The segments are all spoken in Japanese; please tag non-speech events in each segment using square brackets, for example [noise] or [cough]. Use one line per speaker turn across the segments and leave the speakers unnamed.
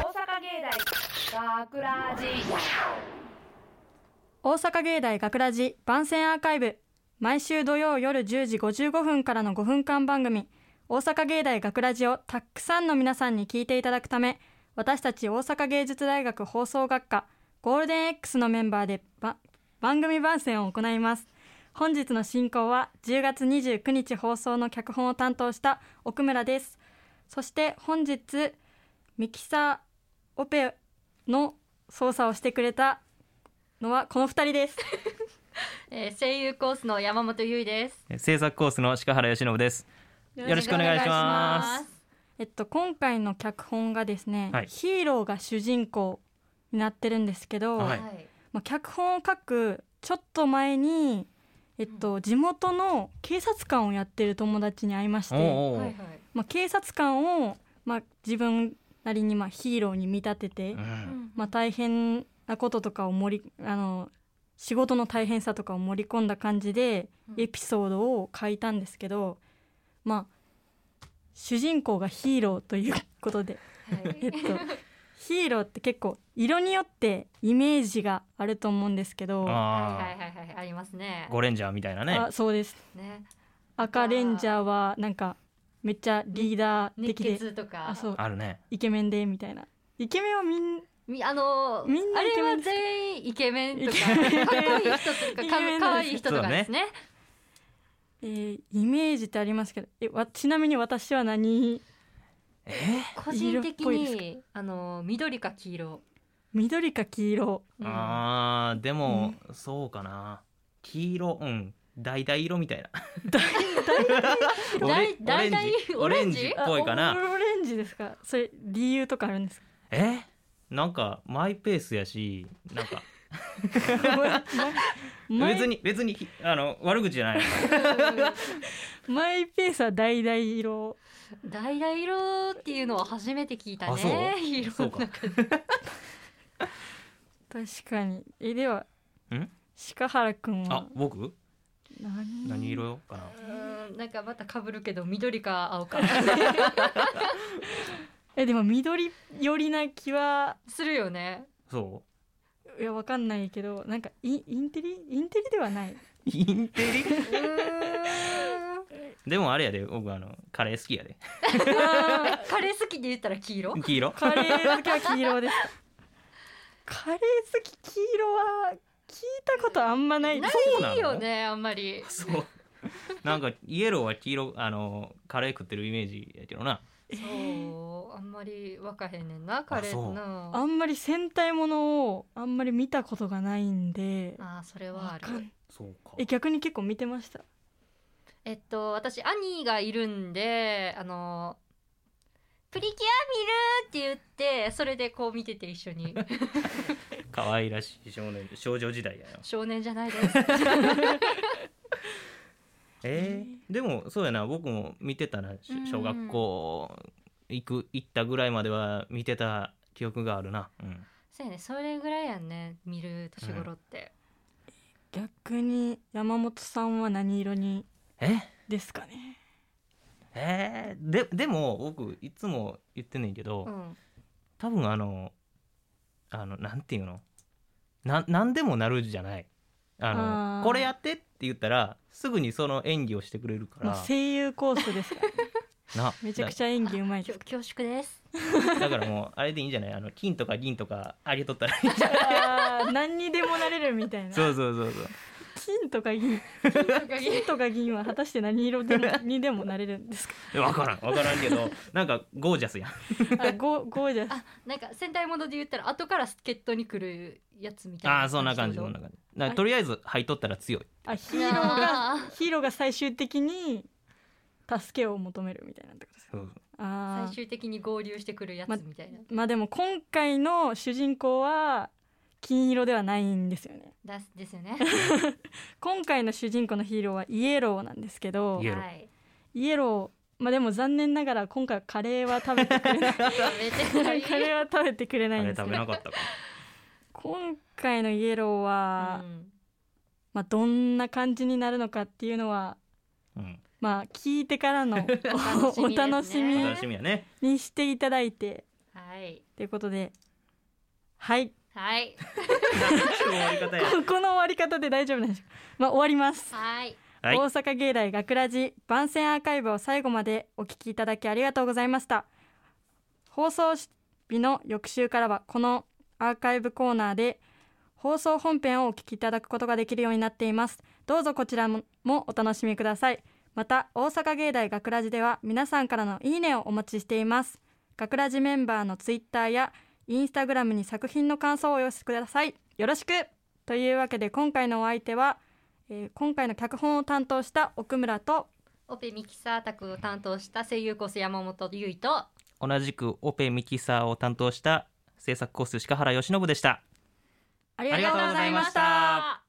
大学ラジ
大阪芸大学ラジ番宣アーカイブ毎週土曜夜10時55分からの5分間番組大阪芸大学ラジをたくさんの皆さんに聞いていただくため私たち大阪芸術大学放送学科ゴールデン X のメンバーでば番組番宣を行います本日の進行は10月29日放送の脚本を担当した奥村ですそして本日ミキサーオペの操作をしてくれたのはこの二人です
えー、声優コースの山本優衣です。。
制作コースの鹿原由伸です。よろしくお願いします
えっと今回の脚本がですね、
はい
ヒーローが主人公になってるんですけど、
は
はいい。
まあ、脚本を書くちょっと前に、えっと、地元の警察官をやってる友達に会いまし
お
て、
うおう
はいはい。
まあ、警察官を、まあ、自分なりにまあヒーローに見立てて、
うん
まあ、大変なこととかを盛りあの仕事の大変さとかを盛り込んだ感じで
うん
エピソードを書いたんですけど、まあ主人公がヒーローということでえっ
[laughs]
とヒーローって結構色によってイメージがあると思うんですけど、
は
あ
いはいはいはいありますね
あ、。ゴレンジャーみたいなね。
あそうです
ね。
赤レンジャーはなんかめっちゃリーダー
熱
的で
血とか。
あそう
あるね。
イケメンでみたいなイケメンはみん
みあのー
みんな
あ
イケ
れ
メ
は
ンです
全員イケメンとか
イ
か
ケ
っこ
メ
い
ン
い人と
イ
か
ケメ
か
ンなんです
可愛い人とかですね。
えーイメージってありますけどえわちなみに私は何
え
個人
色っ
的
ぽいです
にあのー緑か黄色。
緑か黄色
うん
ああでも、そうかな。黄色うん。だいだい色みたいな。 [laughs] オレン
だいだい
オレン
オレ
ジ
ンジ
っぽいか
あ
な。
オオレンジですかそれ理由とかあるん
[laughs]
ですか [laughs]
えなんかマイペースやし、なんか
マイ
別に別にひあの悪口じゃない。
マイペースは橙色
だいだい色っていうのは初めて聞いた
あそう
ね。色
そう
の
か
中で
確かにえでは
ん
鹿原くん
あ
は
僕
何
何色かな。
うんなんかまた被るけど緑か青
[laughs]
か
えでも緑寄りな気は
するよね。
そう。
いやわかんないけどなんかインインテリインテリではない
インテリでもあれやで僕あのカレー好きやで
あ [laughs] ーカレー好きで言ったら黄色
黄色
カレー好きは黄色です
[laughs]
かカレー好き黄色は聞いたことあんまないです
そうなの
いいよねあんまり
そうなんかイエローは黄色あのカレー食ってるイメージやけどな
そうあんまり分かへんねんなカレーってな
あんまり戦隊ものをあんまり見たことがないんで
あーそれはあ
わか
る
ん
そうか
え逆に結構見てました
えっと私兄がいるんであのプリキュア見るって言ってそれでこう見てて一緒 [laughs] に
可愛らしい少年少女時代やよ
少年じゃないです
えーでもそうやな僕も見てたなし
うん
小学校行く行ったぐらいまでは見てた記憶があるな、うん、
そうやねそれぐらいやんね見る年頃って、
逆に山本さんは何色に
え
ですかね
えーででも僕いつも言ってんねんけど、
うん
多分あのあのなんていうのな何でもなるじゃないあの
あー
これやってって言ったらすぐにその演技をしてくれるか
もう
ら
声優コースです
[laughs]
から
な
[laughs] めちゃくちゃ演技うまいで
きょ
す
恐縮です
だだからもうあれでいいんじゃないあの金とか銀とかあげとったらいいんじ
[laughs]
ゃない
あー何にでもなれるみたいな
そうそうそうそう
金とか銀金とか銀は果たして何色でもにでもなれるんですか
えわからんわからんけどなんかゴージャスやん
あゴゴージャス
あ [laughs] なんか戦隊もので言ったら後から助っ人に来るやつみたいな
ああーそんな感じそんな感じなんかとりあえず入っとったら強い
あヒ
い
ーロ
や
ーが
ー
ヒーローが最終的に助けを求めるみたいなってことですか
そう
あ
最終的に合流してくるやつみたいな、
ーまあでも今回の主人公は金色ではないんですよね
だすですよ [laughs] ね
今回の主人公のヒーローはイエローなんですけど
イエロー
はい
イエローまあでも残念ながら今回はカレーは食べてくれ
[laughs]
ない
食べてない [laughs]
カレーは食べてくれな
あ
いん
れ
です
食
け
べ
ど
なかったか
今回のイエローは、
うん
まあどんな感じになるのかっていうのは
うん
まあ聞いてからのお
楽しみですね
楽しみ
楽しみやね [laughs]
にしていただいて
はい
ということではい [laughs]
はい。
終わり方や。
ここの終わり方で大丈夫なんでしょうかまあ終わります
はい。
はい
大阪芸大学ラジ番宣アーカイブを最後までお聞きいただきありがとうございました放送日の翌週からはこのアーカイブコーナーで放送本編をお聞きいただくことができるようになっていますどうぞこちらももお楽しみくださいまた大阪芸大学ラジでは皆さんからのいいねをお待ちしています学ラジメンバーのツイッターやインスタグラムに作品の感想をお寄せくださいよろしくというわけで今回のお相手はえー今回の脚本を担当した奥村と
オペミキサー宅を担当した声優コース山本優衣と。
同じくオペミキサーを担当した制作コース鹿原由伸でした。
あり
がとうございました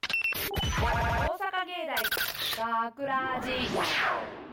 大阪芸大学ラジ